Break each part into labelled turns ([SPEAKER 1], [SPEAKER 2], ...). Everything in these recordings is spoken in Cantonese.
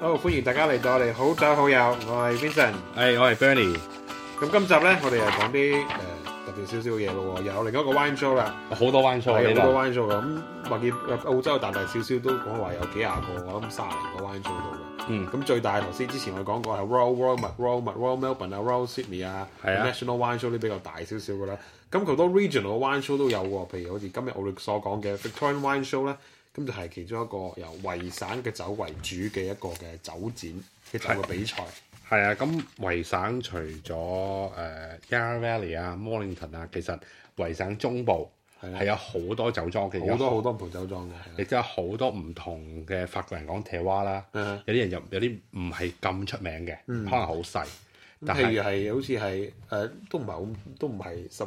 [SPEAKER 1] 好，歡迎大家嚟到我哋好酒好友，我係 Vincent。
[SPEAKER 2] 誒，哎我係 Bernie，
[SPEAKER 1] 咁今集咧，我哋又講啲誒呃特別少少嘅嘢咯喎，有另一個 wine show 啦，
[SPEAKER 2] 好多彎數
[SPEAKER 1] 係
[SPEAKER 2] 啊
[SPEAKER 1] 啊
[SPEAKER 2] 呢
[SPEAKER 1] 有好多
[SPEAKER 2] 度，
[SPEAKER 1] wine show 㗎咁或見澳洲大大小小都講話有幾廿個，我諗卅零個 wine show 度嘅。
[SPEAKER 2] 嗯，
[SPEAKER 1] 咁最大頭先之前我哋講過係 Royal Royal Mel- Royal Mel- Royal Melbourne 啊、Royal Sydney 啊、
[SPEAKER 2] 係啊
[SPEAKER 1] National Wine Show 啲比較大少少嘅啦。咁好多 regional 嘅 wine show 都有喎，譬如好似今日我哋所講嘅 Victorian Wine Show 咧，咁就係其中一個由維省嘅酒為主嘅一個嘅酒展嘅酒嘅比賽。
[SPEAKER 2] 係啊，咁維省除咗誒 Yarra Valley 啊、Mornington 啊，其實維省中部
[SPEAKER 1] 係啊
[SPEAKER 2] 係有好多酒莊嘅，
[SPEAKER 1] 好多好多唔同酒莊嘅，係
[SPEAKER 2] 亦都有好多唔同嘅法國人講鐵話啦，
[SPEAKER 1] 嗯
[SPEAKER 2] 有啲人又有啲唔係咁出名嘅，可能好細，
[SPEAKER 1] 啦嗯
[SPEAKER 2] 但
[SPEAKER 1] 譬
[SPEAKER 2] 係
[SPEAKER 1] 如啊係好似係誒，都唔係好，都唔係十。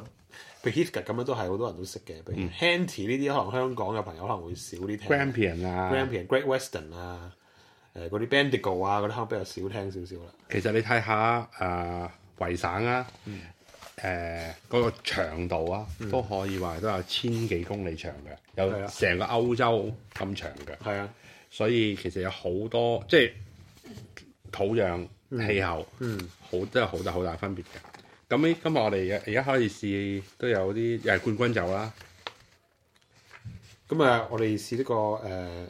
[SPEAKER 1] 譬如 h i s k 咁樣都係好多人都識嘅，譬
[SPEAKER 2] 嗯
[SPEAKER 1] 如 Henty 呢啲可能香港嘅朋友可能會少啲聽。
[SPEAKER 2] Grampian 啊，
[SPEAKER 1] Grampian、Great Western 啊，誒嗰啲 Bendigo 啊，嗰啲可能比較少聽少少啦。
[SPEAKER 2] 其實你睇下誒維省啊，
[SPEAKER 1] 嗯
[SPEAKER 2] 誒嗰個長度啊，都可以話都有千幾公里長嘅，有
[SPEAKER 1] 係啊
[SPEAKER 2] 成個歐洲咁長嘅。
[SPEAKER 1] 係啊，
[SPEAKER 2] 所以其實有好多即係土壤、
[SPEAKER 1] 嗯
[SPEAKER 2] 氣候，好真係好大好大分別㗎。咁呢，今日我哋而家可以試都有啲又係冠軍酒啦，
[SPEAKER 1] 咁啊，我哋試呢個誒誒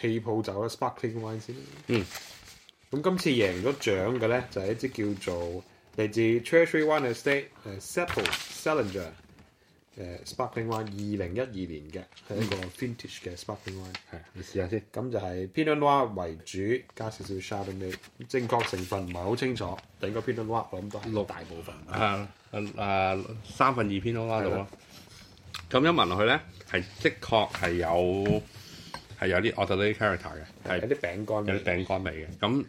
[SPEAKER 1] 氣泡酒啦，Sparkling Wine 先啦。
[SPEAKER 2] 嗯。
[SPEAKER 1] 咁今次贏咗獎嘅咧，就係、一支叫做嚟自 Treasury Wine Estate 誒 Sepple Salinger 誒 Sparkling Wine 二零一二年嘅，係一個
[SPEAKER 2] 嗯
[SPEAKER 1] vintage 嘅 Sparkling Wine。
[SPEAKER 2] 係你試下先。
[SPEAKER 1] 咁就係 Pinot Noir 為主，加少少 Chardonnay，正確成分唔係好清楚，但應該 Pinot Noir 我諗都係六大部分。
[SPEAKER 2] 啊啊啊三分二篇都拉到啦。咁一聞落去咧，係的確係有係有啲 o t t e r y character 嘅，係
[SPEAKER 1] 有啲餅乾
[SPEAKER 2] 有啲
[SPEAKER 1] 味，
[SPEAKER 2] 餅乾味嘅。咁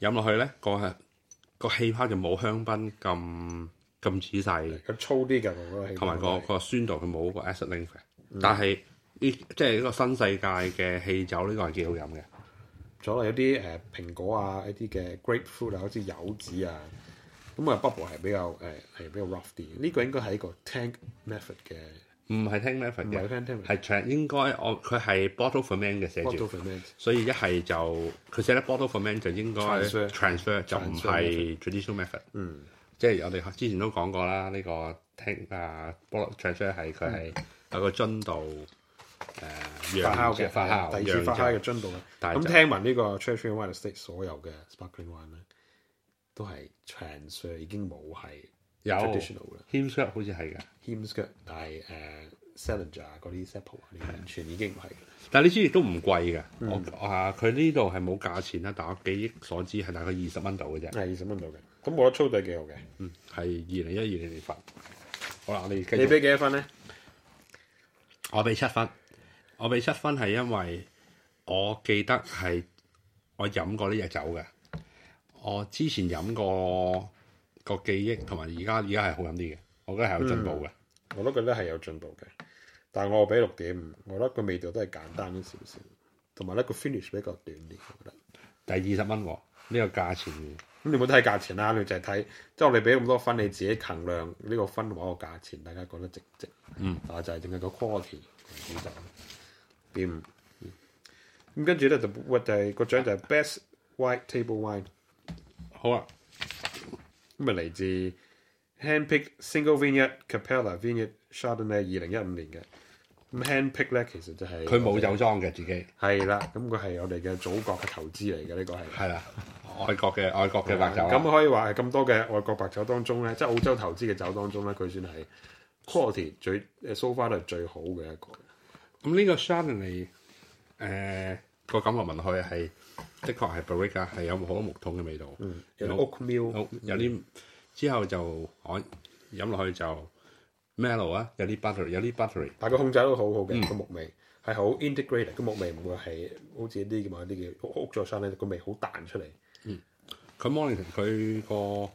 [SPEAKER 2] 飲落去咧，個個氣泡就冇香檳咁咁仔細，
[SPEAKER 1] 佢粗啲嘅嗰個氣
[SPEAKER 2] 同埋個個酸度佢冇個 acid link 嘅。
[SPEAKER 1] 嗯
[SPEAKER 2] 但係呢即係呢個新世界嘅氣酒呢個係幾好飲嘅。
[SPEAKER 1] 仲有啲誒蘋果啊，一啲嘅 grapefruit 啊，好似柚子啊，咁啊 bubble 係比較誒係、比較 rough 啲。呢、個應該係一個 tank method 嘅
[SPEAKER 2] 唔係聽 m e t h o
[SPEAKER 1] 唔係 tank
[SPEAKER 2] 嘅，
[SPEAKER 1] method
[SPEAKER 2] 係 tran 應該我佢係 bottle ferment 嘅寫
[SPEAKER 1] b o t t
[SPEAKER 2] 住
[SPEAKER 1] l。ferment。
[SPEAKER 2] 所以一係就佢寫得 bottle ferment 就應該
[SPEAKER 1] Transfer
[SPEAKER 2] transfer 就唔
[SPEAKER 1] Transfer
[SPEAKER 2] 係 traditional method。嗯，即係我哋之前都講過啦，呢、個聽啊 bottle transfer 係佢係有個樽度誒
[SPEAKER 1] 嗯發酵嘅嗯
[SPEAKER 2] 發酵
[SPEAKER 1] 第二次發酵嘅
[SPEAKER 2] 釀
[SPEAKER 1] 樽度啦。
[SPEAKER 2] 大
[SPEAKER 1] 咁
[SPEAKER 2] 隻
[SPEAKER 1] 聽聞呢個 Treasury Wine Estate 所有嘅 sparkling wine 咧，都係 transfer 已經冇係
[SPEAKER 2] 有
[SPEAKER 1] traditional 啦
[SPEAKER 2] h i m s h 好似係㗎。
[SPEAKER 1] ，Hems 嘅，但係誒、Salinger 啊嗰啲 Sepple 啊，啲完全已經唔係。
[SPEAKER 2] 但係呢支亦都唔貴嘅，
[SPEAKER 1] 嗯
[SPEAKER 2] 我啊佢呢度係冇價錢啦，但我記憶所知係大概二十蚊度嘅啫，
[SPEAKER 1] 係二十蚊度嘅，咁我覺得粗底幾好嘅。
[SPEAKER 2] 嗯，係二零一二年年份。好啦，我哋繼
[SPEAKER 1] 你
[SPEAKER 2] 續。
[SPEAKER 1] 俾幾多分咧？
[SPEAKER 2] 我俾七分，我俾七分係因為我記得係我飲過呢隻酒嘅，我之前飲過個記憶同埋而家而家係好飲啲嘅，我覺得係有進步嘅。
[SPEAKER 1] 我都覺得係有進步嘅，但係我俾六點五，我覺得個味道都係簡單咗少少，同埋咧個 finish 比較短啲，我覺得。
[SPEAKER 2] 但係二十蚊喎，呢、個價錢
[SPEAKER 1] 咁你冇睇價錢啦，你就係睇，即係我哋俾咁多分，你自己衡量呢個分同埋個價錢，大家覺得值唔值？嗯，啊就係淨係個 quality 咁就點五。咁跟住咧就或就係個獎就係 best white table wine，
[SPEAKER 2] 好啊，
[SPEAKER 1] 咁啊嚟自 handpick single vineyard Capella vineyard Chardonnay 二零一五年嘅。咁 handpick 咧其實就係
[SPEAKER 2] 佢冇酒莊嘅自己，
[SPEAKER 1] 係啦，咁佢係我哋嘅祖國嘅投資嚟嘅，呢個係。
[SPEAKER 2] 係啦，外國嘅外國嘅白酒啊
[SPEAKER 1] 咁
[SPEAKER 2] 啦，
[SPEAKER 1] 可以話係咁多嘅外國白酒當中咧，即係澳洲投資嘅酒當中咧，佢算係 quality 最誒 so far 都係最好嘅一個。
[SPEAKER 2] 咁呢個 Chardonnay 誒、個感覺聞落去係的確係 Barrique 啊係有好多木桶嘅味道，
[SPEAKER 1] 有啲 oak meal，
[SPEAKER 2] 好有啲之後就我飲落去就 mellow 啊，有啲 butter，有啲 buttery，
[SPEAKER 1] 但係個控制都好好
[SPEAKER 2] 嗯
[SPEAKER 1] 嘅，個木味係好 integrated，個木味唔會係好似一啲咁啊啲叫屋咗山咧，個味好彈出嚟。
[SPEAKER 2] 佢 morning 佢個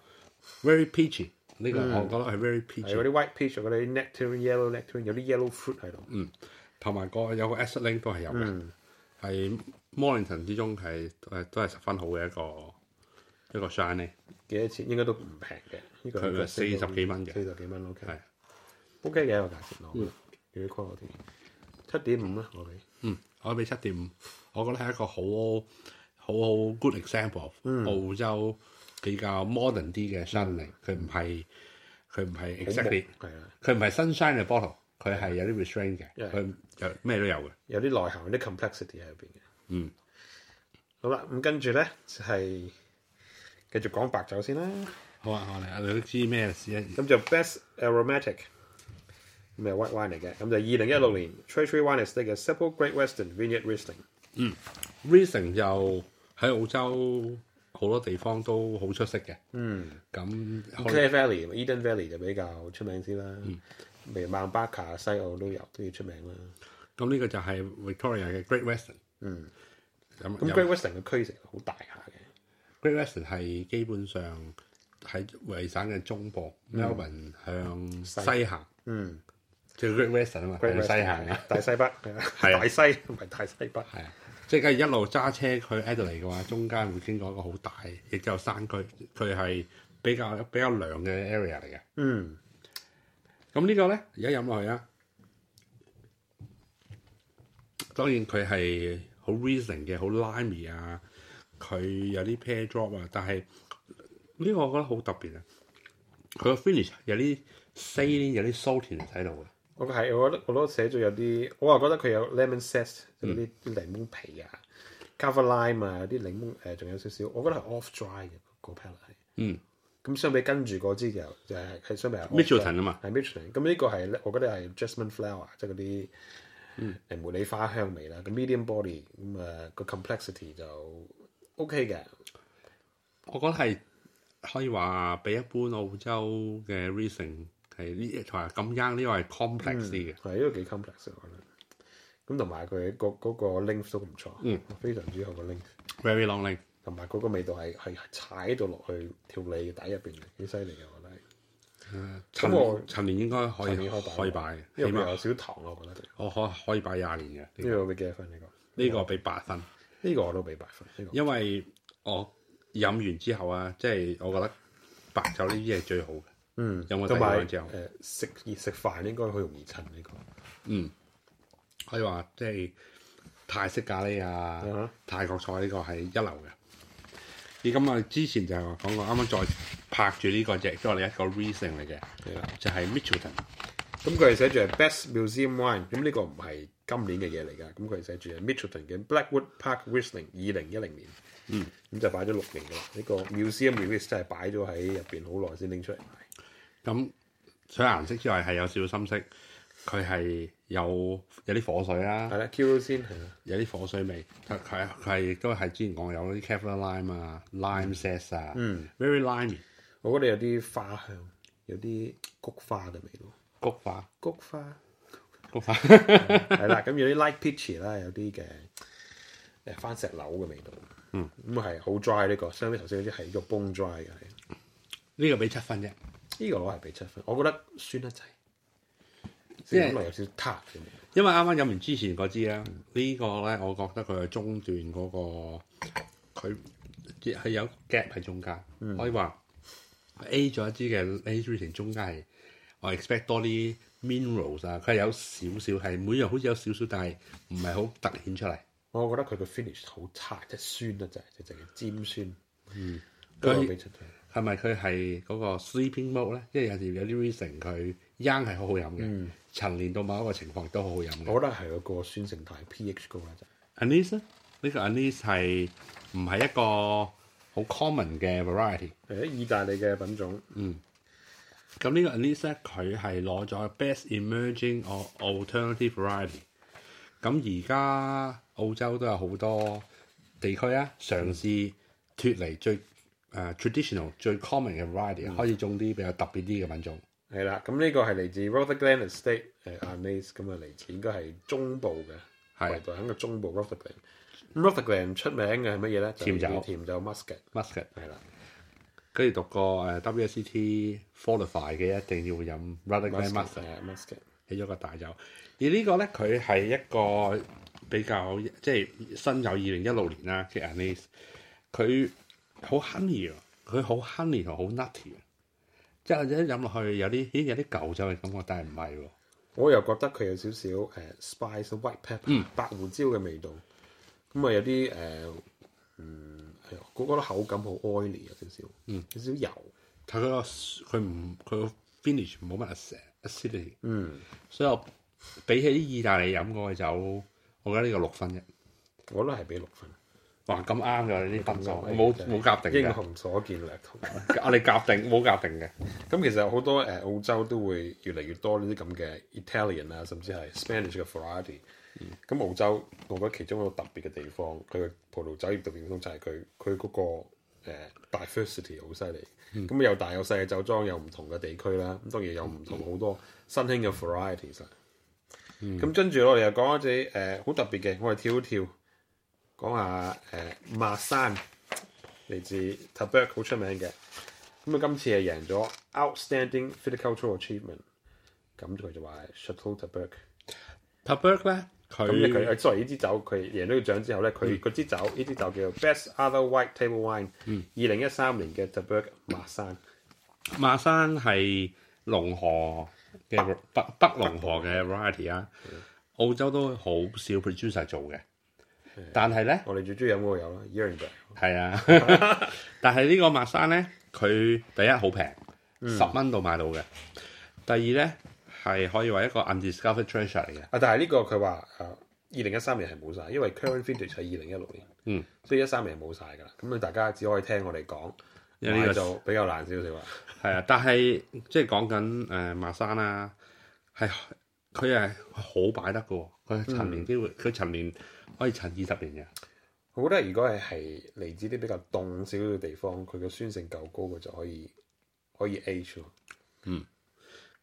[SPEAKER 2] very peachy 呢個我覺得係 very
[SPEAKER 1] 嗯係嗰
[SPEAKER 2] peachy，
[SPEAKER 1] 啲 white peach 嗰啲 nectarine yellow nectarine 有啲 yellow fruit 喺度，
[SPEAKER 2] 同埋個有個 acid link 都係有嘅，
[SPEAKER 1] 嗯
[SPEAKER 2] 係 morning 之中係誒都係十分好嘅一個一個 shine 咧，
[SPEAKER 1] 幾多錢應該都唔平嘅。呢個
[SPEAKER 2] 佢係四十幾蚊嘅
[SPEAKER 1] 四十幾蚊 OK
[SPEAKER 2] 係嗯
[SPEAKER 1] OK 嘅一個價錢咯，有啲 quality 七點五啦，我俾。
[SPEAKER 2] 嗯，我俾七點五，我覺得係一個好好好好 good example of
[SPEAKER 1] 嗯
[SPEAKER 2] 澳洲比較 modern 啲嘅新嚟，佢唔係佢唔係 exactly，
[SPEAKER 1] 好木係啊啦，
[SPEAKER 2] 佢唔係 sunshine 嘅 bottle，佢係有啲 restraint 嘅，
[SPEAKER 1] Yeah
[SPEAKER 2] 佢有咩都有嘅。
[SPEAKER 1] 有啲內涵，有啲 complexity 喺入邊嘅。
[SPEAKER 2] 嗯，
[SPEAKER 1] 好啦，咁跟住咧就係、繼續講白酒先啦。
[SPEAKER 2] 好啊，我哋你都知咩事啊？
[SPEAKER 1] 咁就 Best Aromatic，咁係 white wine 嚟嘅。咁就二零一六年 Tree Tree Wine Estate 嘅 Simple Great Western Vineyard Riesling。
[SPEAKER 2] Reason 就喺澳洲好多地方都好出色嘅。嗯，咁
[SPEAKER 1] Clare Valley、Eden Valley 就比較出名啲
[SPEAKER 2] 嗯
[SPEAKER 1] 啦。譬如孟巴卡、西澳都有都要出名啦。
[SPEAKER 2] 咁呢個就係 Victoria 嘅 Great Western。
[SPEAKER 1] 嗯，
[SPEAKER 2] 咁
[SPEAKER 1] 咁
[SPEAKER 2] 有
[SPEAKER 1] Great Western 嘅區成好大下嘅。
[SPEAKER 2] Great Western 係基本上喺維省嘅中部，Melbourne 向西行，
[SPEAKER 1] 嗯
[SPEAKER 2] 即係 Great Western 啊嘛，
[SPEAKER 1] ，Great
[SPEAKER 2] 向
[SPEAKER 1] Western
[SPEAKER 2] 西行啊，
[SPEAKER 1] 大西北
[SPEAKER 2] 係啊
[SPEAKER 1] 大西唔係大西北。
[SPEAKER 2] 係啊，即係梗係一路揸車去 Adelaide 嘅話，中間會經過一個好大，亦都有山區，佢係比較比較涼嘅 area 嚟嘅。
[SPEAKER 1] 嗯，
[SPEAKER 2] 咁呢個咧，而家飲落去啊，當然佢係好 reason 嘅，好 limy 啊，佢有啲 pear drop 啊，但係呢個我覺得好特別啊，佢個 finish 有啲 saline 有啲 saltiness 喺度嘅，
[SPEAKER 1] 我係我覺得我都寫咗有啲，我又覺得佢有 lemon zest 嗰啲啲
[SPEAKER 2] 嗯
[SPEAKER 1] 檸檬皮啊 c o v e r lime 啊，有啲檸檬誒，仲、有少少，我覺得係 off dry 嘅個 palate 係。
[SPEAKER 2] 嗯。
[SPEAKER 1] 咁相比跟住嗰支就就係係相比係 off dry
[SPEAKER 2] Mitchelton 啊嘛，
[SPEAKER 1] 係 Michelin。咁呢個係我覺得係 jasmine flower，即係嗰啲
[SPEAKER 2] 嗯
[SPEAKER 1] 誒茉莉花香味啦。咁 medium body 咁啊個 complexity 就 OK 嘅。
[SPEAKER 2] 我覺得係可以話比一般澳洲嘅 reason 係呢同埋咁 young 呢個係 complex 啲嘅，
[SPEAKER 1] 係呢個幾 complex 我覺得。咁同埋佢嗰嗰個 length 都唔錯，嗯、非常之好嘅 length。
[SPEAKER 2] very long link。
[SPEAKER 1] 同埋嗰個味道係係踩到落去條脷底入邊嘅，幾犀利嘅我覺得係。
[SPEAKER 2] 陳
[SPEAKER 1] 咁我
[SPEAKER 2] 陳年應該可以
[SPEAKER 1] 陳年可以擺
[SPEAKER 2] 可以擺嘅，
[SPEAKER 1] 因為
[SPEAKER 2] 起
[SPEAKER 1] 佢有
[SPEAKER 2] 碼
[SPEAKER 1] 少糖啊，我覺得。
[SPEAKER 2] 我可可以擺廿年嘅，
[SPEAKER 1] 呢個俾幾多分？呢個
[SPEAKER 2] 呢個俾八分。
[SPEAKER 1] 呢個我都俾八分。呢個
[SPEAKER 2] 因為我飲完之後啊，即係我覺得白酒呢啲嘢最好嘅。
[SPEAKER 1] 嗯，
[SPEAKER 2] 有
[SPEAKER 1] 同
[SPEAKER 2] 冇第二
[SPEAKER 1] 埋
[SPEAKER 2] 個之後
[SPEAKER 1] 誒食熱食飯應該好容易襯呢個。
[SPEAKER 2] 嗯，可以話即係泰式咖喱啊
[SPEAKER 1] 嗯哼
[SPEAKER 2] 泰國菜呢個係一流嘅。而咁我之前就係話講過，啱啱再拍住呢個隻，都係我哋一個 reason 嚟嘅，
[SPEAKER 1] 係啦，
[SPEAKER 2] 就係 Mitchelton。
[SPEAKER 1] 咁佢係寫住係 Best Museum Wine，咁呢個唔係今年嘅嘢嚟㗎，咁佢係寫住係 Mitchelton 嘅 Blackwood Park Riesling 二零一零年，嗯，咁就擺咗六年㗎啦。呢個 Museum Release 真係擺咗喺入邊好耐先拎出嚟賣。
[SPEAKER 2] 咁除咗顏色之外，係有少少深色，佢係有有啲火水啦、
[SPEAKER 1] 係啦 k i r o s i n 係啦，
[SPEAKER 2] 有啲火水味，佢佢佢係亦都係之前講有啲 Kevlar lime 啊、lime zest 啊、very limey
[SPEAKER 1] 我覺得有啲花香，有啲菊花嘅味道。
[SPEAKER 2] 菊花
[SPEAKER 1] 菊花
[SPEAKER 2] 菊花
[SPEAKER 1] 係啦，咁有啲 light peach 啦，有啲嘅誒番石榴嘅味道。嗯，咁係好 dry 呢個，相比頭先嗰啲係一個 bone dry 嘅。係
[SPEAKER 2] 呢個俾七分啫，
[SPEAKER 1] 呢個我係俾七分，我覺得酸得滯，
[SPEAKER 2] 即
[SPEAKER 1] 即
[SPEAKER 2] 係
[SPEAKER 1] 係啊有少少塌嘅味道。
[SPEAKER 2] 因為啱啱飲完之前嗰支啦，呢個咧我覺得佢係中段嗰、個佢係有 gap 喺中間，可以話 A 咗一支嘅 A three 程中間係我 expect 多啲 minerals 啊，佢係有少少係每樣好似有少少，但係唔係好突顯出嚟。
[SPEAKER 1] 我覺得佢個 finish 好差，即係酸得滯，即係尖酸。嗯，
[SPEAKER 2] 佢
[SPEAKER 1] 都俾七分。
[SPEAKER 2] 係咪佢係嗰個 sleeping mode 咧？因為有時有啲 reason 佢 young 係好好飲嘅，陳年到某一個情況都好好飲嘅。
[SPEAKER 1] 我覺得係有個酸性太 pH 高啦，就
[SPEAKER 2] anise 呢呢個 anise 係唔係一個好 common 嘅 variety？
[SPEAKER 1] 係意大利嘅品種。
[SPEAKER 2] 咁呢個 anise 咧，佢係攞咗 best emerging or alternative variety。咁而家澳洲都有好多地區啊，嘗試脱離最誒、呃 traditional 最 common 嘅 variety，開始種啲比較特別啲嘅品種。
[SPEAKER 1] 係啦，咁呢個係嚟自 Rutherglen Estate 誒 Anise，咁啊嚟自應該係中部嘅，
[SPEAKER 2] 係
[SPEAKER 1] 維度喺個中部 Rutherglen。咁 Rutherglen 出名嘅係乜嘢咧？就係
[SPEAKER 2] 甜酒
[SPEAKER 1] 甜酒 Muscat
[SPEAKER 2] muscat
[SPEAKER 1] 係啦
[SPEAKER 2] 跟住讀個呃誒 WSET qualify E 嘅，一定要飲 Rutherglen m u s
[SPEAKER 1] 係啊 Muscat。
[SPEAKER 2] 起咗個大酒。而呢個咧，佢係一個比較即係新有二零一六年啦嘅 Anise，佢好 honey 啊，佢好 honey 同好 nutty 啊，即係一飲落去有啲咦有啲舊酒嘅感覺，但係唔係喎。
[SPEAKER 1] 我又覺得佢有少少誒 spice white pepper 白胡椒嘅味道，咁啊有啲誒嗯係啊，我覺得口感好 oily 啊有少少，
[SPEAKER 2] 嗯，
[SPEAKER 1] 有少少油，
[SPEAKER 2] 睇佢個佢唔佢個 finish 冇乜 ac- acidity，
[SPEAKER 1] 嗯，
[SPEAKER 2] 所以我比起啲意大利飲過嘅酒，我覺得呢個六分啫。
[SPEAKER 1] 我都係俾六分。
[SPEAKER 2] 哇，咁啱㗎呢啲分數，
[SPEAKER 1] 咁
[SPEAKER 2] 冇
[SPEAKER 1] 就係
[SPEAKER 2] 冇夾定
[SPEAKER 1] 英
[SPEAKER 2] 㗎，
[SPEAKER 1] 雄所見略同。
[SPEAKER 2] 我哋夾定冇夾定嘅。
[SPEAKER 1] 咁其實好多誒、呃澳洲都會越嚟越多呢啲咁嘅 Italian 啊，甚至係 Spanish 嘅 variety。咁、澳洲，我覺得其中一個特別嘅地方，佢嘅葡萄酒業特別嘅地方就係佢佢嗰個、呃、diversity 好犀利。咁、有大有細嘅酒莊，有唔同嘅地區啦。咁當然有唔同好多新興嘅 varieties 啦。咁跟住我哋又講一隻誒好特別嘅，我哋跳一跳，講下誒馬山嚟自 t a b e r 好出名嘅。咁啊，今次係贏咗 Outstanding Viticultural Achievement，咁佢就話係 Chateau t a b e r
[SPEAKER 2] t a b e r g 咧，
[SPEAKER 1] 咁咧佢
[SPEAKER 2] 佢
[SPEAKER 1] 誒，sorry 呢支酒佢贏咗個獎之後咧，
[SPEAKER 2] 嗯
[SPEAKER 1] 佢嗰支酒呢支酒叫做 Best Other White Table Wine，二
[SPEAKER 2] 嗯
[SPEAKER 1] 零一三年嘅 t a b e r 馬山，
[SPEAKER 2] 馬山係龍河嘅北北龍河嘅 variety 啊，澳洲都好少 producer 做嘅，但係咧
[SPEAKER 1] 我哋最中意飲嗰個有啦 y e r i n g b e r
[SPEAKER 2] 係啊，但係呢個馬山咧，佢第一好平，十蚊度買到嘅，第二咧係可以話一個 undiscovered treasure 嚟嘅，
[SPEAKER 1] 啊，但係呢個佢話誒二零一三年係冇晒，因為 current vintage 係二零一六年，
[SPEAKER 2] 嗯，
[SPEAKER 1] 所以一三年係冇晒㗎啦。咁你大家只可以聽我哋講，
[SPEAKER 2] 因為
[SPEAKER 1] 買
[SPEAKER 2] 呢個
[SPEAKER 1] 就比較難少少啦。
[SPEAKER 2] 係啊，但係即係講緊誒馬山啦、係佢係好擺得嘅喎，佢陳年機會，佢陳年可以陳二十年嘅。
[SPEAKER 1] 我覺得如果係係嚟自啲比較凍少少嘅地方，佢嘅酸性夠高，佢就可以可以 age 咯。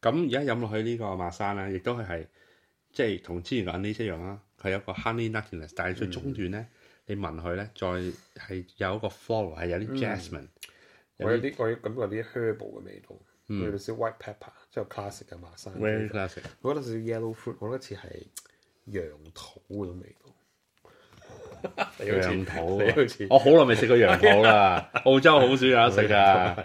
[SPEAKER 2] 咁而家飲落去呢個馬山咧，亦都係係即係同之前嘅 Anis 一樣啦，佢有個 honey nuttiness，但係最中段
[SPEAKER 1] 嗯
[SPEAKER 2] 咧，你聞佢咧，再係有一個 floral 係有
[SPEAKER 1] 嗯
[SPEAKER 2] 啲 jasmine，
[SPEAKER 1] 我有啲我有感覺有啲 herbal 嘅味道，有少少 white pepper，即係 classic 嘅馬山。
[SPEAKER 2] 嗯 very classic。
[SPEAKER 1] 我覺得少少 yellow fruit，我覺得似係羊肚嗰種味道。你好似
[SPEAKER 2] 羊 肚
[SPEAKER 1] 你
[SPEAKER 2] 啊
[SPEAKER 1] 好似，
[SPEAKER 2] 我好耐未食過羊 肚啦，澳洲好少有得食啊㗎。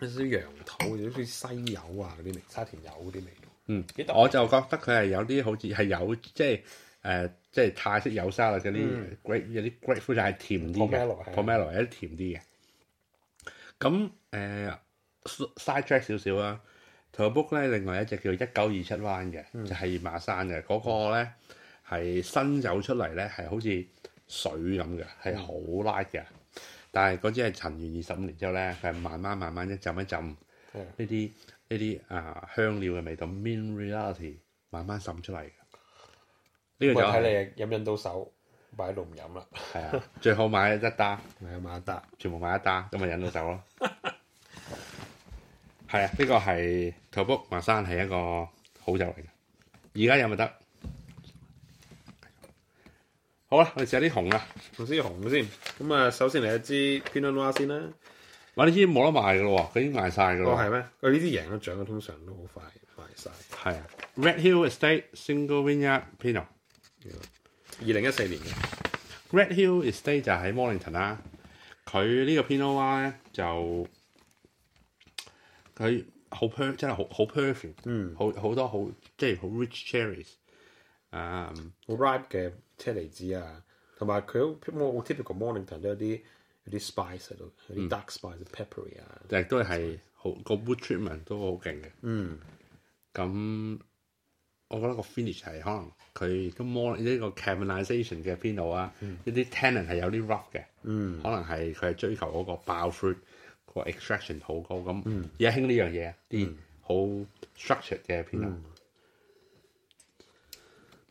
[SPEAKER 1] 有少少羊肚，啊有少少西柚啊嗰啲味，沙田柚嗰啲味道。
[SPEAKER 2] 嗯
[SPEAKER 1] 幾特，別
[SPEAKER 2] 我就覺得佢係有啲好似係有即係誒、呃即係泰式有沙律嗰啲 grape 有啲 grapefruit 係甜啲嘅
[SPEAKER 1] Pomelo 係啊
[SPEAKER 2] pomelo 有啲甜啲嘅。咁誒、呃 side track 少少啦，同個 book 咧，另外一隻叫一九二七灣嘅，
[SPEAKER 1] 嗯
[SPEAKER 2] 就係馬山嘅嗰、個咧係新酒出嚟咧係好似水咁嘅，
[SPEAKER 1] 嗯
[SPEAKER 2] 係好 light 嘅。但係嗰支係陳完二十五年之後咧，佢係慢慢慢慢一浸一浸。
[SPEAKER 1] 嗯
[SPEAKER 2] 呢啲呢啲啊香料嘅味道，minerality 慢慢滲出嚟嘅。呢、
[SPEAKER 1] 我
[SPEAKER 2] 個就
[SPEAKER 1] 睇
[SPEAKER 2] 係
[SPEAKER 1] 你飲唔飲到手，擺喺度唔飲啦。
[SPEAKER 2] 係啊，最好買一打，
[SPEAKER 1] 係啊，馬達。
[SPEAKER 2] 全部買一打，咁咪引到手咯。 係啊，呢、個係頭卜麻山係一個好酒嚟嘅，而家有咪得？好啦，我哋試下啲紅啦，
[SPEAKER 1] 頭先紅先，咁啊，首先嚟一支 Pinot Noir 先啦。
[SPEAKER 2] 哇！呢支冇得賣嘅咯喎，佢已經賣晒嘅
[SPEAKER 1] 哦，
[SPEAKER 2] 咯喎。
[SPEAKER 1] 係咩？佢呢啲贏咗獎嘅，通常都好快賣晒。
[SPEAKER 2] 係啊，Red Hill Estate Single Vineyard Pinot。
[SPEAKER 1] 二零一四年嘅，
[SPEAKER 2] Red Hill Estate 就喺 Mornington 啦。佢呢個 Pinot Noir 咧就佢好 per 真係好好 perfect，
[SPEAKER 1] 嗯，
[SPEAKER 2] 好好多好即係好 rich cherries 啊、
[SPEAKER 1] 好 ripe 嘅車厘子啊，同埋佢好我好 typical Mornington 都有啲有啲 spice 喺度，有
[SPEAKER 2] 嗯
[SPEAKER 1] 啲 dark spice、peppery 啊。
[SPEAKER 2] 亦都係好個 wood treatment 都好勁嘅。
[SPEAKER 1] 嗯，
[SPEAKER 2] 咁我覺得個 finish 係可能佢亦都 more 呢個 caramelization 嘅 Pinot 啊，一啲 tannin 係有啲 rough 嘅，
[SPEAKER 1] 嗯
[SPEAKER 2] 可能係佢係追求嗰個爆 fruit 個 extraction 好高咁。
[SPEAKER 1] 嗯
[SPEAKER 2] 而家興呢樣嘢，啲好 structured 嘅 Pinot。
[SPEAKER 1] 嗯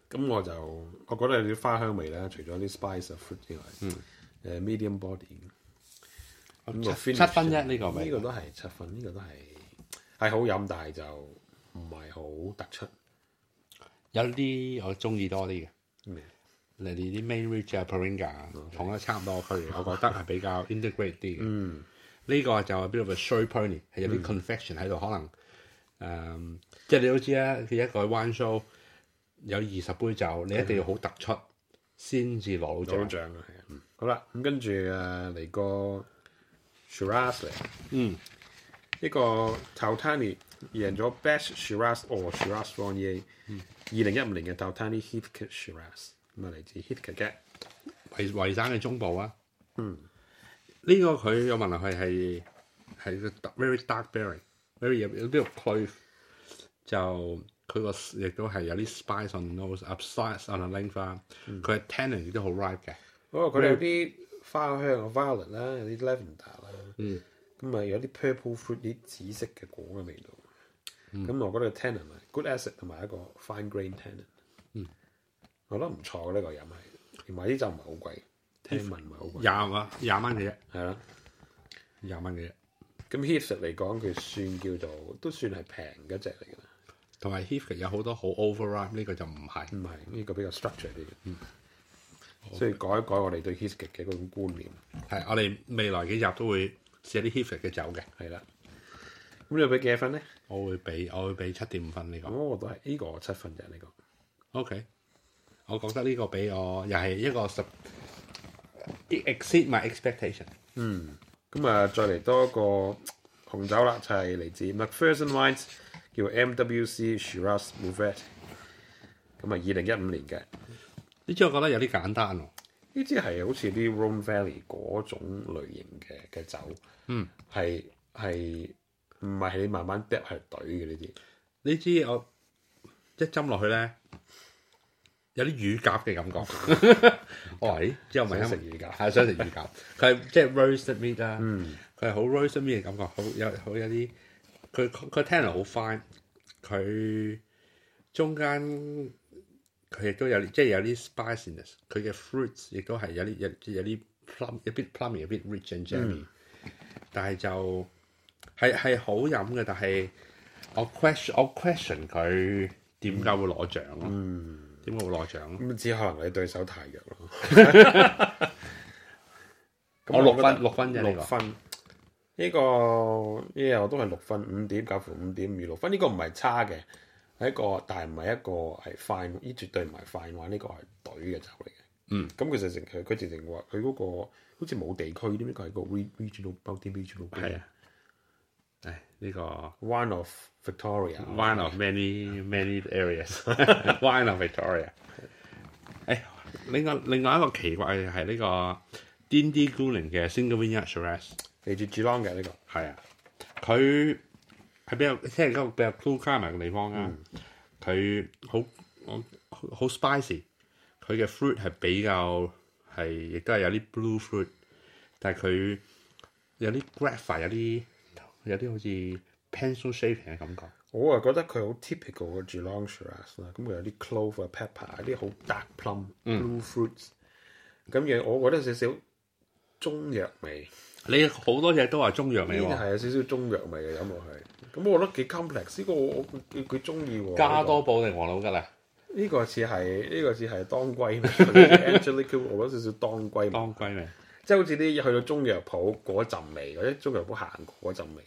[SPEAKER 1] 咁我就我覺得有啲花香味啦，除咗啲 spice 啊 fruit 之外，嗯，誒 medium body。咁個
[SPEAKER 2] 哦七
[SPEAKER 1] finish 啊
[SPEAKER 2] 七分啫，呢個咪
[SPEAKER 1] 呢個都係七分，呢個都係係好飲，但係就唔係好突出。
[SPEAKER 2] 有啲我中意多啲嘅，
[SPEAKER 1] 嗯
[SPEAKER 2] 例如啲 main ridge 啊、Paringa 啊同得差唔多區，我覺得係比較 integrate 啲嘅。
[SPEAKER 1] 嗯，
[SPEAKER 2] 呢個就係邊度嘅 s h r p o n y 係有啲 confection 喺度，可能誒、嗯即係你都知啦，佢一個 one show 有二十杯酒，你一定要好突出先至攞到
[SPEAKER 1] 攞到
[SPEAKER 2] 獎。
[SPEAKER 1] 獎啊，係啊。好啦，咁跟住誒嚟個 Shiraz 嚟，
[SPEAKER 2] 嗯，
[SPEAKER 1] 呢個 Tautani 贏咗 Best Shiraz or Shiraz Vonier，二
[SPEAKER 2] 嗯
[SPEAKER 1] 零一五年嘅 Tautani Heathcote Shiraz，咁啊嚟自 Heathcote 嘅。
[SPEAKER 2] 維維省嘅中部啊，呢個佢我問下佢係係個 very dark berry，very 有有啲個 clove，就佢個亦都係有啲 spice on nose，upsize on the length 啦。佢係 tannin 亦都好 ripe 嘅。
[SPEAKER 1] 嗰個佢哋有啲花香嘅 violet 啦，有啲 lavender 啦，咁啊有啲 purple fruit 啲紫色嘅果嘅味道。咁我覺得 tannin 啊，good acid 同埋一個 fine grain tannin，我覺得唔錯嘅呢個飲係，同埋呢就唔係好貴，聽聞唔係好貴，
[SPEAKER 2] 廿蚊廿蚊嘅啫，
[SPEAKER 1] 係啦。
[SPEAKER 2] 廿蚊嘅啫。
[SPEAKER 1] 咁 Heath 嚟講，佢算叫做都算係平嘅一隻嚟嘅啦，
[SPEAKER 2] 同埋 h e a t 有好多好 overripe，呢個就唔係
[SPEAKER 1] 唔。係呢個比較 structure 啲嘅，所以改一改我哋對 Heath 嘅嗰種觀念。
[SPEAKER 2] 係我哋未來幾集都會試一啲 h e a t 嘅酒嘅。
[SPEAKER 1] 係啦。咁你俾幾多分咧？
[SPEAKER 2] 我會俾我會俾七點五分呢、
[SPEAKER 1] 咁
[SPEAKER 2] 個。
[SPEAKER 1] 我都係呢個我七分啫，呢、個
[SPEAKER 2] OK，我覺得呢個俾我又係一個 sub- it exceed my expectation。
[SPEAKER 1] 咁啊，再嚟多一個紅酒啦，就係、嚟自 Macpherson Wines 叫 MWC Shiraz Mourvet。咁啊，二零一五年嘅
[SPEAKER 2] 呢支我覺得有啲簡單喎。
[SPEAKER 1] 呢支係好似啲 Rhone Valley 嗰種類型嘅嘅酒，嗯，係係唔係你慢慢 drop 係懟嘅呢啲？
[SPEAKER 2] 呢支我一斟落去咧，有啲乳鴿嘅感覺。 喂，之後咪
[SPEAKER 1] 想食乳鴿嗯
[SPEAKER 2] 係想食乳鴿。佢係即係 roasted meat 啦，佢係好 roasted meat 嘅感覺，好有好有啲佢佢 tannin 好 fine，佢中間佢亦都有啲即係有啲 spiciness，佢嘅 fruits 亦都係有啲有有啲 plum 有啲 plummy 有啲 rich and jammy，、但係就係係好飲嘅，但係。我 question 我 question 佢點解會攞獎咯？點解會攞獎咯？
[SPEAKER 1] 咁只可能你對手太弱咯。
[SPEAKER 2] 我哦六
[SPEAKER 1] 覺
[SPEAKER 2] 分
[SPEAKER 1] 得
[SPEAKER 2] 六分啫呢個
[SPEAKER 1] 六分。呢、個呢、個我都係六分，五點介乎五點二六分，呢、個唔係差嘅，係一個，但係唔係一個係 fine，呢絕對唔係 fine 話，呢、個係隊嘅酒嚟嘅。嗯，咁佢就成佢佢直情話佢嗰個好似冇地區啲，呢個係個 re- regional 包啲 regional
[SPEAKER 2] 係啊，唉，呢、個
[SPEAKER 1] one of Victoria。啊
[SPEAKER 2] one of many many areas，one of Victoria。誒，另外另外一個奇怪嘅係呢個 Dindy g o o l i n g 嘅 Single Vineyard Shiraz，
[SPEAKER 1] 嚟自 Geelong 嘅呢、個。
[SPEAKER 2] 係啊，佢係比較即係一個比較 cool climate 嘅地方啊。佢好我好好 spicy，佢嘅 fruit 係比較係亦都係有啲 blue fruit，但係佢有啲 graphite 有啲有啲好似 pencil shaping 嘅感覺。
[SPEAKER 1] 我啊覺得佢好 typical 嘅 Geelong Shiraz 啦，咁佢有啲 clove 啊、pepper 啲好 dark plum、blue
[SPEAKER 2] 嗯
[SPEAKER 1] fruits，咁樣我覺得有少少中藥味，
[SPEAKER 2] 你好多嘢都話中藥
[SPEAKER 1] 呢
[SPEAKER 2] 味
[SPEAKER 1] 啲
[SPEAKER 2] 喎，
[SPEAKER 1] 係有少少中藥味嘅飲落去，咁我覺得幾 complex，呢個我我佢佢中意喎。
[SPEAKER 2] 加多寶定王老吉啊？
[SPEAKER 1] 呢個似係呢個似係當歸味 ，Angelica 我覺得少少當歸味，
[SPEAKER 2] 當歸味，
[SPEAKER 1] 即係好似啲去到中藥鋪嗰陣味，或者中藥鋪行過嗰陣味。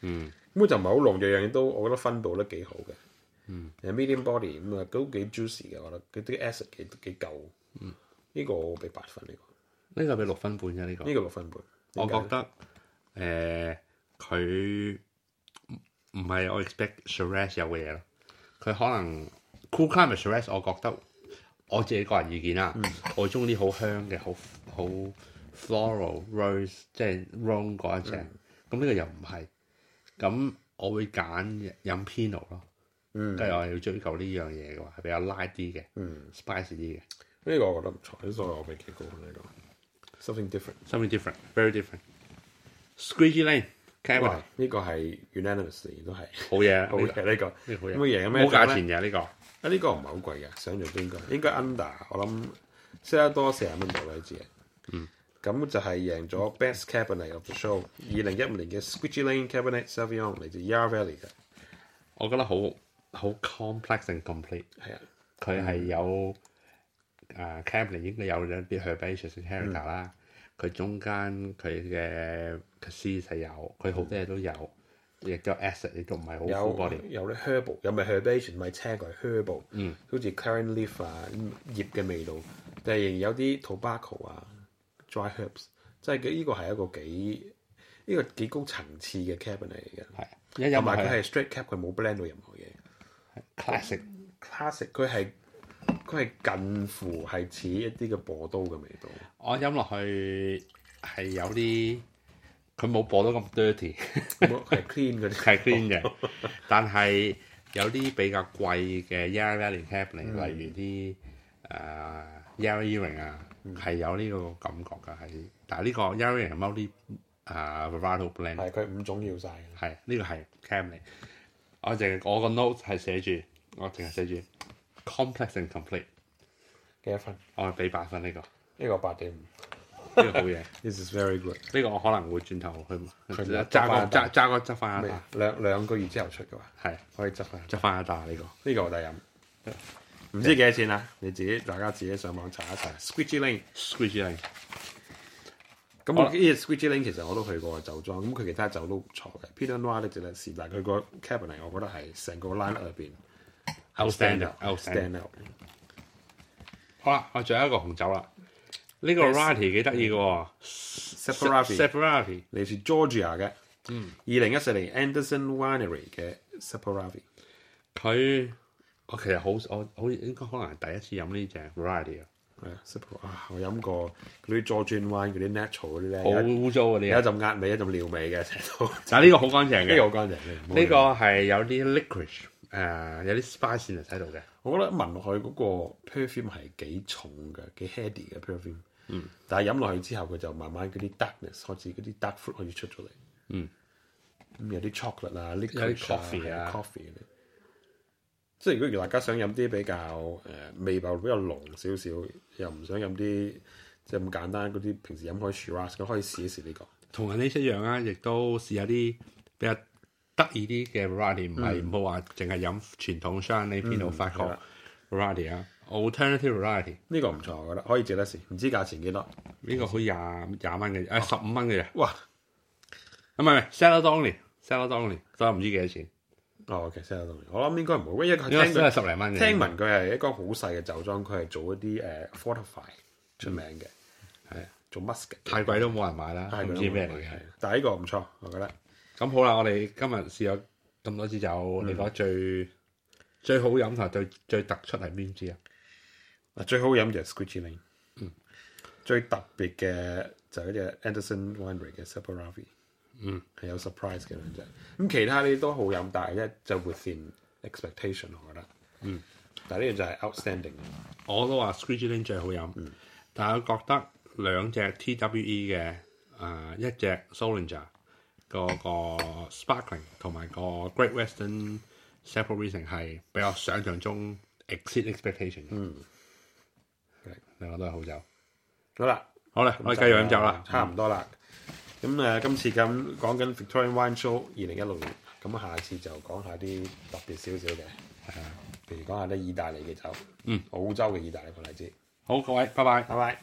[SPEAKER 2] 嗯，
[SPEAKER 1] 咁就唔係好濃，樣樣嘢都我覺得分佈得幾好嘅。嗯，誒 medium body 咁啊，都幾 juicy 嘅，我覺得佢啲 acid 幾幾夠。嗯，呢個我俾八分呢、
[SPEAKER 2] 呢個俾六分半啫，呢個
[SPEAKER 1] 個，呢、。個六分半。
[SPEAKER 2] 我
[SPEAKER 1] 點解
[SPEAKER 2] 覺得誒佢唔係我 expect Shiraz 有嘅嘢咯，佢可能 Cool Climate Shiraz，我覺得我自己個人意見
[SPEAKER 1] 嗯
[SPEAKER 2] 啦，我中意啲好香嘅，好好 floral rose，即係 ron 嗰一隻，咁
[SPEAKER 1] 嗯
[SPEAKER 2] 呢、個又唔係，咁我會揀飲 Pinot 咯，
[SPEAKER 1] 嗯
[SPEAKER 2] 跟住我係要追求呢樣嘢嘅話，係比較 light 啲嘅、
[SPEAKER 1] 嗯
[SPEAKER 2] s p i c y 啲嘅
[SPEAKER 1] 呢、個我覺得唔錯，所以我俾幾高分呢、個。Something different。
[SPEAKER 2] ，something different，very different。Squeegee Lane c a b
[SPEAKER 1] 哇
[SPEAKER 2] a！
[SPEAKER 1] 呢個係 unanimously 都係
[SPEAKER 2] 好嘢，啊
[SPEAKER 1] 好嘅呢個。
[SPEAKER 2] 呢個好嘢，
[SPEAKER 1] 咁啊佢贏咗咩
[SPEAKER 2] 冇價
[SPEAKER 1] 獎
[SPEAKER 2] 錢
[SPEAKER 1] 咧？
[SPEAKER 2] 嘅呢個，
[SPEAKER 1] 啊，呢個唔係好貴嘅，想象中應該應該 under 我諗 s 得多四十蚊度啦呢支嘢。咁就係贏咗 Best Cabinet of the Show 二零一五年嘅 Squidgy Lane Cabinet Sauvignon 嚟自 Yarra Valley 嘅。
[SPEAKER 2] 我覺得好好 complex and complete。
[SPEAKER 1] 係啊，
[SPEAKER 2] 佢係有啊誒 c a b i n 應該有一啲 herbaceous character
[SPEAKER 1] 嗯
[SPEAKER 2] 啦。佢中間佢嘅 cassis 係有，佢好多嘢都有，亦都 acid 亦都唔係好 full
[SPEAKER 1] 嗯有
[SPEAKER 2] body。
[SPEAKER 1] 有啲 herbal，有咪 herbation 咪青佢 herbal，好似 clarion leaf 啊葉嘅味道，但係仍然有啲 tobacco 啊 dry herbs，即係佢呢個係一個幾呢、個幾高層次嘅 cabinet 嚟嘅，
[SPEAKER 2] 係一飲
[SPEAKER 1] 同埋
[SPEAKER 2] 埋
[SPEAKER 1] 佢
[SPEAKER 2] 佢係
[SPEAKER 1] 係 straight cap，佢冇 blend 到任何嘢。
[SPEAKER 2] classic。
[SPEAKER 1] classic，佢係 佢係近乎係似一啲嘅波都嘅味道，
[SPEAKER 2] 我飲落去係有啲佢冇播到咁 dirty，
[SPEAKER 1] 啊係 clean 嗰啲，
[SPEAKER 2] 係 clean 嘅，
[SPEAKER 1] 哦
[SPEAKER 2] 但係有啲比較貴嘅 Yarra Valley
[SPEAKER 1] 嗯
[SPEAKER 2] Cabernet，、例如啲誒、呃 Yarra Ewing 啊，
[SPEAKER 1] 嗯
[SPEAKER 2] 係有呢個感覺㗎，係。但係呢個 Yarra Ewing 係 multi 啊 varietal blend。
[SPEAKER 1] 係佢五種要晒嘅。
[SPEAKER 2] 係呢、個係 cam 嚟。我淨係我個 note 係寫住，我淨係寫住 complex and complete。
[SPEAKER 1] 幾多分？呢、
[SPEAKER 2] 我係俾八分呢、個，
[SPEAKER 1] 個八點五。
[SPEAKER 2] 呢、個好 嘢。呢
[SPEAKER 1] This is very good。
[SPEAKER 2] 個我可能會轉頭去
[SPEAKER 1] 佢
[SPEAKER 2] 揸
[SPEAKER 1] 咪執
[SPEAKER 2] 揸個
[SPEAKER 1] 返
[SPEAKER 2] 揸揸個執翻一
[SPEAKER 1] 咩
[SPEAKER 2] 打，？
[SPEAKER 1] 兩兩個月之後出嘅話，
[SPEAKER 2] 係
[SPEAKER 1] 可以執翻。
[SPEAKER 2] 執翻一打呢、個。
[SPEAKER 1] 呢個我哋飲，唔知幾多錢啊？你自己大家自己上網查一查。Squeegee Lane，
[SPEAKER 2] Squeeze 係
[SPEAKER 1] 咁
[SPEAKER 2] 好
[SPEAKER 1] 我
[SPEAKER 2] 啦
[SPEAKER 1] 呢隻 Squeegee Lane 其實我都去過嘅酒莊，咁佢其他酒都唔錯嘅。Pinot Noir 呢隻咧是，但係佢個 Cabernet 我覺得係成個 line 入邊
[SPEAKER 2] outstanding outstanding。
[SPEAKER 1] stand out。
[SPEAKER 2] 好啦，我仲有一個紅酒啦。呢個
[SPEAKER 1] Best-
[SPEAKER 2] Rati 幾得意嘅喎
[SPEAKER 1] s e p a r a t i
[SPEAKER 2] Separavi
[SPEAKER 1] 嚟自 Georgia 嘅，
[SPEAKER 2] 嗯
[SPEAKER 1] 二零一四年 Anderson Winery 嘅 s e p a r a t i
[SPEAKER 2] 佢我其實好我好應該可能係第一次飲呢只 Variety 啊，
[SPEAKER 1] 係 s e p a r 啊，我飲過嗰啲 Georgian wine 嗰啲 natural 嗰啲咧，
[SPEAKER 2] 好
[SPEAKER 1] 有一
[SPEAKER 2] 污糟嗰
[SPEAKER 1] 有一
[SPEAKER 2] 啲啊。
[SPEAKER 1] 陣壓味，一陣尿味嘅，成日都。
[SPEAKER 2] 但係呢個好乾淨嘅
[SPEAKER 1] 呢。個好乾淨嘅，呢
[SPEAKER 2] 呢個係有啲 licorice，誒、有啲 spiciness 喺度嘅。
[SPEAKER 1] 我覺得聞落去嗰個 perfume 係幾重嘅，幾 heady 嘅 perfume。嗯。但係飲落去之後，佢就慢慢嗰啲 darkness 開始嗰啲 dark fruit 開始出咗嚟。嗯。咁有啲 chocolate 啊 l i q u i
[SPEAKER 2] 有啲 coffee 啊
[SPEAKER 1] coffee 嗰啲。即係如果大家想飲啲比較誒、呃味道比較濃少少，又唔想飲啲即係咁簡單嗰啲，平時飲開 Shiraz 咁可以試一試呢、個。
[SPEAKER 2] 同人呢一樣啊，亦都試下啲比較得意啲嘅 variety，唔係唔好話淨係飲傳統 s h a n e y Pinot
[SPEAKER 1] 嗯
[SPEAKER 2] 法
[SPEAKER 1] 係
[SPEAKER 2] 國
[SPEAKER 1] 啦
[SPEAKER 2] variety 啊，alternative variety
[SPEAKER 1] 呢、個唔錯，我覺得可以值得試，唔知價錢幾多？
[SPEAKER 2] 呢個
[SPEAKER 1] 嗯
[SPEAKER 2] 好廿廿蚊嘅，誒十五蚊嘅啫，
[SPEAKER 1] 哇！
[SPEAKER 2] 唔係唔係 s e l l d o n l y s e l l d o n l y 所以唔知幾多錢，
[SPEAKER 1] 哦，OK，四十度，我諗應該唔會，因為佢
[SPEAKER 2] 應該
[SPEAKER 1] 聽
[SPEAKER 2] 都
[SPEAKER 1] 佢
[SPEAKER 2] 係十零蚊嘅。
[SPEAKER 1] 聽聞佢係一個好細嘅酒莊，佢係做一啲誒、呃 fortify 出名嘅，係、做 musket 嘅
[SPEAKER 2] 太貴都冇人買啦，
[SPEAKER 1] 太
[SPEAKER 2] 唔
[SPEAKER 1] 貴
[SPEAKER 2] 嗯知
[SPEAKER 1] 啦
[SPEAKER 2] 咩嚟嘅
[SPEAKER 1] 係。但係呢個唔錯，我覺得
[SPEAKER 2] 咁好啦，我哋今日試咗咁多支
[SPEAKER 1] 嗯
[SPEAKER 2] 酒，你覺得最最好飲同埋最最突出係邊支啊？
[SPEAKER 1] 嗱最好飲就係 Squeegee Lane，最
[SPEAKER 2] 嗯
[SPEAKER 1] 特別嘅就係嗰只 Anderson Winery 嘅 s e p a r a v i 嗯，係有 surprise 嘅兩隻，咁其他呢啲都好飲，但係一就 within expectation，我覺得，嗯，但係呢個就係 outstanding 嘅
[SPEAKER 2] 我都話 Squeegee Lane 最好飲，但係我覺得兩隻 TWE 嘅啊、一隻 Solinger 個個 Sparkling 同埋個 Great Western s e p a r a t i o n 係比我想象中 exceed expectation 嘅，
[SPEAKER 1] 係
[SPEAKER 2] 兩個都係好酒。
[SPEAKER 1] 好啦。
[SPEAKER 2] 好啦，我哋繼續飲酒啦。
[SPEAKER 1] 差唔多啦。咁誒、今次咁講緊 Victorian Wine Show 二零一六年，咁下次就講下啲特別少少嘅，係啊，譬如講下啲意大利嘅酒，嗯，澳洲嘅意大利個例子。
[SPEAKER 2] 好，各位，拜拜。
[SPEAKER 1] 拜拜。